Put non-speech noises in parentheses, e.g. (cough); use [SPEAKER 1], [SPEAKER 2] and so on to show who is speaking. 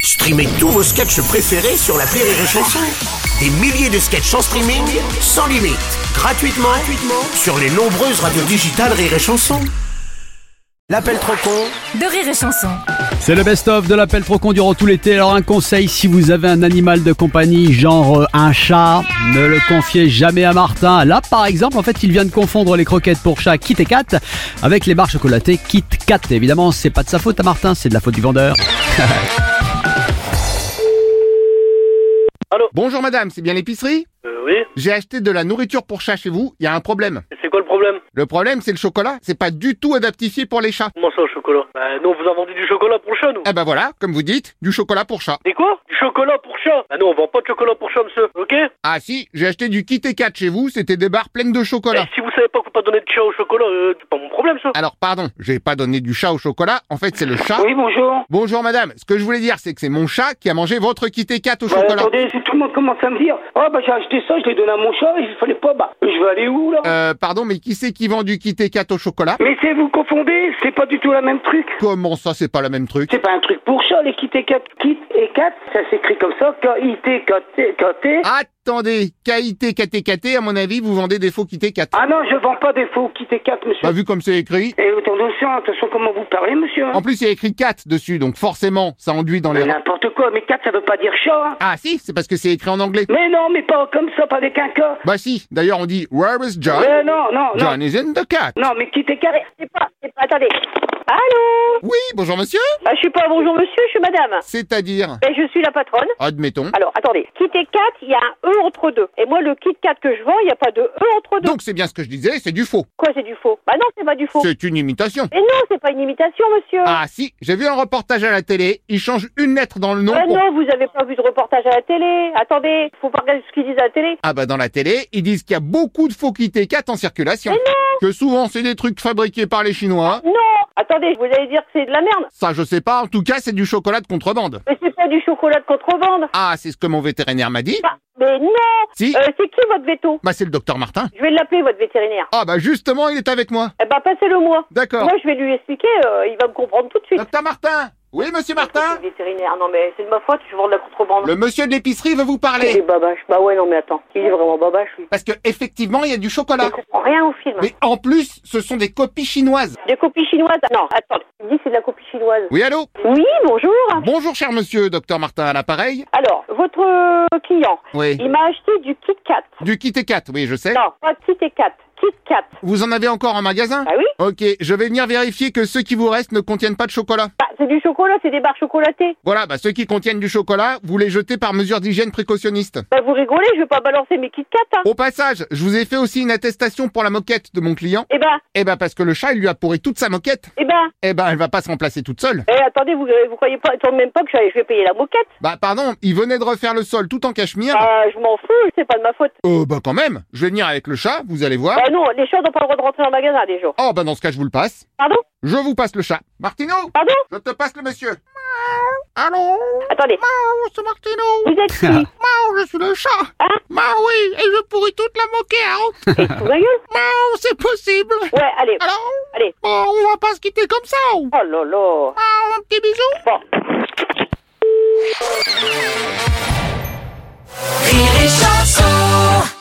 [SPEAKER 1] Streamez tous vos sketchs préférés sur la Rire et Chanson. Des milliers de sketchs en streaming, sans limite, gratuitement, gratuitement sur les nombreuses radios digitales Rire et Chanson. L'appel trop con
[SPEAKER 2] de rire et chanson.
[SPEAKER 3] C'est le best-of de l'appel trop con durant tout l'été. Alors un conseil, si vous avez un animal de compagnie, genre euh, un chat, ne le confiez jamais à Martin. Là, par exemple, en fait, il vient de confondre les croquettes pour chat Kit et Kat avec les barres chocolatées Kit Kat. Évidemment, c'est pas de sa faute à Martin, c'est de la faute du vendeur.
[SPEAKER 4] Bonjour madame, c'est bien l'épicerie
[SPEAKER 5] Euh, oui,
[SPEAKER 4] J'ai acheté de la nourriture pour chat chez vous, il y a un problème.
[SPEAKER 5] Et c'est quoi le problème
[SPEAKER 4] Le problème c'est le chocolat, c'est pas du tout adaptifié pour les chats.
[SPEAKER 5] Comment ça au chocolat Bah nous on vous a vendu du chocolat pour chat nous
[SPEAKER 4] Eh ben voilà, comme vous dites, du chocolat pour chat.
[SPEAKER 5] Et quoi Du chocolat pour chat Bah non on vend pas de chocolat pour chat monsieur, ok Eh,
[SPEAKER 4] Ah si, j'ai acheté du Kit Kat chez vous, c'était des barres pleines de chocolat.
[SPEAKER 5] Et si vous savez pas qu'on peut pas donner de chat au chocolat, euh, c'est pas mon problème ça
[SPEAKER 4] Alors pardon, j'ai pas donné du chat au chocolat, en fait c'est le chat.
[SPEAKER 6] Oui, bonjour.
[SPEAKER 4] Bonjour madame, ce que je voulais dire c'est que c'est mon chat qui a mangé votre Kit Kat au
[SPEAKER 6] Bah,
[SPEAKER 4] chocolat.
[SPEAKER 6] attendez, si tout le monde commence à me dire Oh, bah j'ai acheté ça, je l'ai donné à mon chat, il fallait pas, bah je vais aller où là
[SPEAKER 4] Euh, pardon, mais qui c'est qui vend du Kit Kat au chocolat
[SPEAKER 6] Mais c'est vous confondez, c'est pas du tout la même truc.
[SPEAKER 4] Comment ça c'est pas le même truc
[SPEAKER 6] C'est pas un truc pour chat, les kit et cat. Kit et cat, ça s'écrit comme ça, K-I-T, K-T, K-T.
[SPEAKER 4] Attendez, KIT Kat Kat, à mon avis vous vendez des faux Kit Kat.
[SPEAKER 6] Ah non, je vends pas des faux kit et cat, monsieur.
[SPEAKER 4] Bah vu comme c'est écrit,
[SPEAKER 6] Et attention, attention comment vous parlez, monsieur. hein.
[SPEAKER 4] En plus, il y a écrit 4 dessus, donc forcément, ça enduit dans les
[SPEAKER 6] Mais
[SPEAKER 4] rangs.
[SPEAKER 6] N'importe quoi, mais cat, ça veut pas dire chat. hein.
[SPEAKER 4] Ah si, c'est parce que c'est écrit en anglais.
[SPEAKER 6] Mais non, mais pas comme ça, pas avec un K.
[SPEAKER 4] Bah si, d'ailleurs on dit Where is John?
[SPEAKER 6] Mais non, non, non.
[SPEAKER 4] John is in the cat.
[SPEAKER 6] Non, mais kit et cat.
[SPEAKER 7] C'est pas, c'est pas, attendez. Allô
[SPEAKER 4] Oui, bonjour monsieur.
[SPEAKER 7] bah, Je suis pas bonjour monsieur, je suis madame.
[SPEAKER 4] C'est-à-dire,
[SPEAKER 7] Ben, je suis la patronne.
[SPEAKER 4] admettons.
[SPEAKER 7] Alors, attendez. Kit et Kat, il y a un E entre deux. Et moi, le Kit Kat que je vends, il n'y a pas de E entre deux.
[SPEAKER 4] Donc c'est bien ce que je disais, c'est du faux.
[SPEAKER 7] Quoi, c'est du faux Bah non, c'est pas du faux.
[SPEAKER 4] C'est une imitation.
[SPEAKER 7] Mais non, c'est pas une imitation, monsieur.
[SPEAKER 4] Ah si, j'ai vu un reportage à la télé, il change une lettre dans le nom
[SPEAKER 7] Ben
[SPEAKER 4] pour...
[SPEAKER 7] non, vous avez pas vu de reportage à la télé. Attendez, faut pas regarder ce qu'ils disent à la télé.
[SPEAKER 4] Ah bah dans la télé, ils disent qu'il y a beaucoup de faux Kit 4 en circulation.
[SPEAKER 7] Mais non
[SPEAKER 4] Que souvent c'est des trucs fabriqués par les Chinois.
[SPEAKER 7] Non Attendez, vous allez dire que c'est de la merde.
[SPEAKER 4] Ça je sais pas, en tout cas c'est du chocolat de contrebande.
[SPEAKER 7] Mais c'est pas du chocolat de contrebande.
[SPEAKER 4] Ah, c'est ce que mon vétérinaire m'a dit.
[SPEAKER 7] Bah, mais non
[SPEAKER 4] Si.
[SPEAKER 7] Euh, C'est qui votre veto
[SPEAKER 4] Bah c'est le docteur Martin.
[SPEAKER 7] Je vais l'appeler, votre vétérinaire.
[SPEAKER 4] Ah bah justement, il est avec moi.
[SPEAKER 7] Eh ben, passez-le moi.
[SPEAKER 4] D'accord.
[SPEAKER 7] Moi, je vais lui expliquer, euh, il va me comprendre tout de suite.
[SPEAKER 4] Docteur Martin Oui, monsieur Martin
[SPEAKER 7] Le vétérinaire, non mais c'est de ma faute, je vends de la contrebande.
[SPEAKER 4] Le monsieur de l'épicerie veut vous
[SPEAKER 7] Il est
[SPEAKER 4] parler.
[SPEAKER 7] babache. Bah ouais, non mais attends, il est vraiment babache lui.
[SPEAKER 4] Parce que effectivement, il y a du
[SPEAKER 7] Il
[SPEAKER 4] chocolat.
[SPEAKER 7] comprend rien au film.
[SPEAKER 4] Mais en plus, ce sont des copies chinoises.
[SPEAKER 7] Des copies chinoises Non, attends, il dit c'est de la copie chinoise.
[SPEAKER 4] Oui, allô
[SPEAKER 7] Oui, bonjour.
[SPEAKER 4] Bonjour, cher monsieur, docteur Martin à l'appareil.
[SPEAKER 7] Alors, votre euh, client,
[SPEAKER 4] Oui.
[SPEAKER 7] il m'a acheté du Kit Kat.
[SPEAKER 4] Du Kit et Kat, oui, je sais.
[SPEAKER 7] Non, pas Kit et Kat, Kit Kat.
[SPEAKER 4] Vous en avez encore en magasin
[SPEAKER 7] Ah oui
[SPEAKER 4] Ok, je vais venir vérifier que ceux qui vous restent ne contiennent pas de chocolat.
[SPEAKER 7] Bah, c'est du chocolat, c'est des barres chocolatées.
[SPEAKER 4] Voilà, bah ceux qui contiennent du chocolat, vous les jetez par mesure d'hygiène précautionniste.
[SPEAKER 7] Bah vous rigolez, je vais pas balancer mes Kit Kat. Hein.
[SPEAKER 4] Au passage, je vous ai fait aussi une attestation pour la moquette de mon client.
[SPEAKER 7] Eh ben,
[SPEAKER 4] Eh ben parce que le chat, il lui a pourri toute sa moquette.
[SPEAKER 7] eh ben,
[SPEAKER 4] Eh ben elle va pas se remplacer toute seule.
[SPEAKER 7] eh attendez, vous, vous croyez pas, attendez même pas que j'allais- je vais payer la moquette
[SPEAKER 4] Bah pardon, il venait de refaire le sol tout en cachemire.
[SPEAKER 7] Bah je m'en fous, c'est pas de ma faute.
[SPEAKER 4] Euh, bah quand même, je vais venir avec le chat, vous allez voir.
[SPEAKER 7] Bah non, les chats n'ont pas le droit de rentrer dans le magasin déjà.
[SPEAKER 4] Oh bah dans ce cas, je vous le passe.
[SPEAKER 7] Pardon
[SPEAKER 4] Je vous passe le chat. Martino
[SPEAKER 7] Pardon
[SPEAKER 4] Je te passe le monsieur. Miaou. Allô
[SPEAKER 7] Attendez,
[SPEAKER 4] Miaou, c'est Martino
[SPEAKER 7] vous êtes qui
[SPEAKER 4] Miaou, je suis le chat
[SPEAKER 7] Hein
[SPEAKER 4] Miaou, oui, et je pourris toute la moquette
[SPEAKER 7] (laughs) Et sous la gueule
[SPEAKER 4] Miaou, c'est possible
[SPEAKER 7] Ouais, allez,
[SPEAKER 4] Alors
[SPEAKER 7] allez.
[SPEAKER 4] Bon, on va pas se quitter comme ça oh.
[SPEAKER 7] Oh là là
[SPEAKER 4] Miaou, un petit bisou
[SPEAKER 7] Bon.
[SPEAKER 2] Rire et chanson.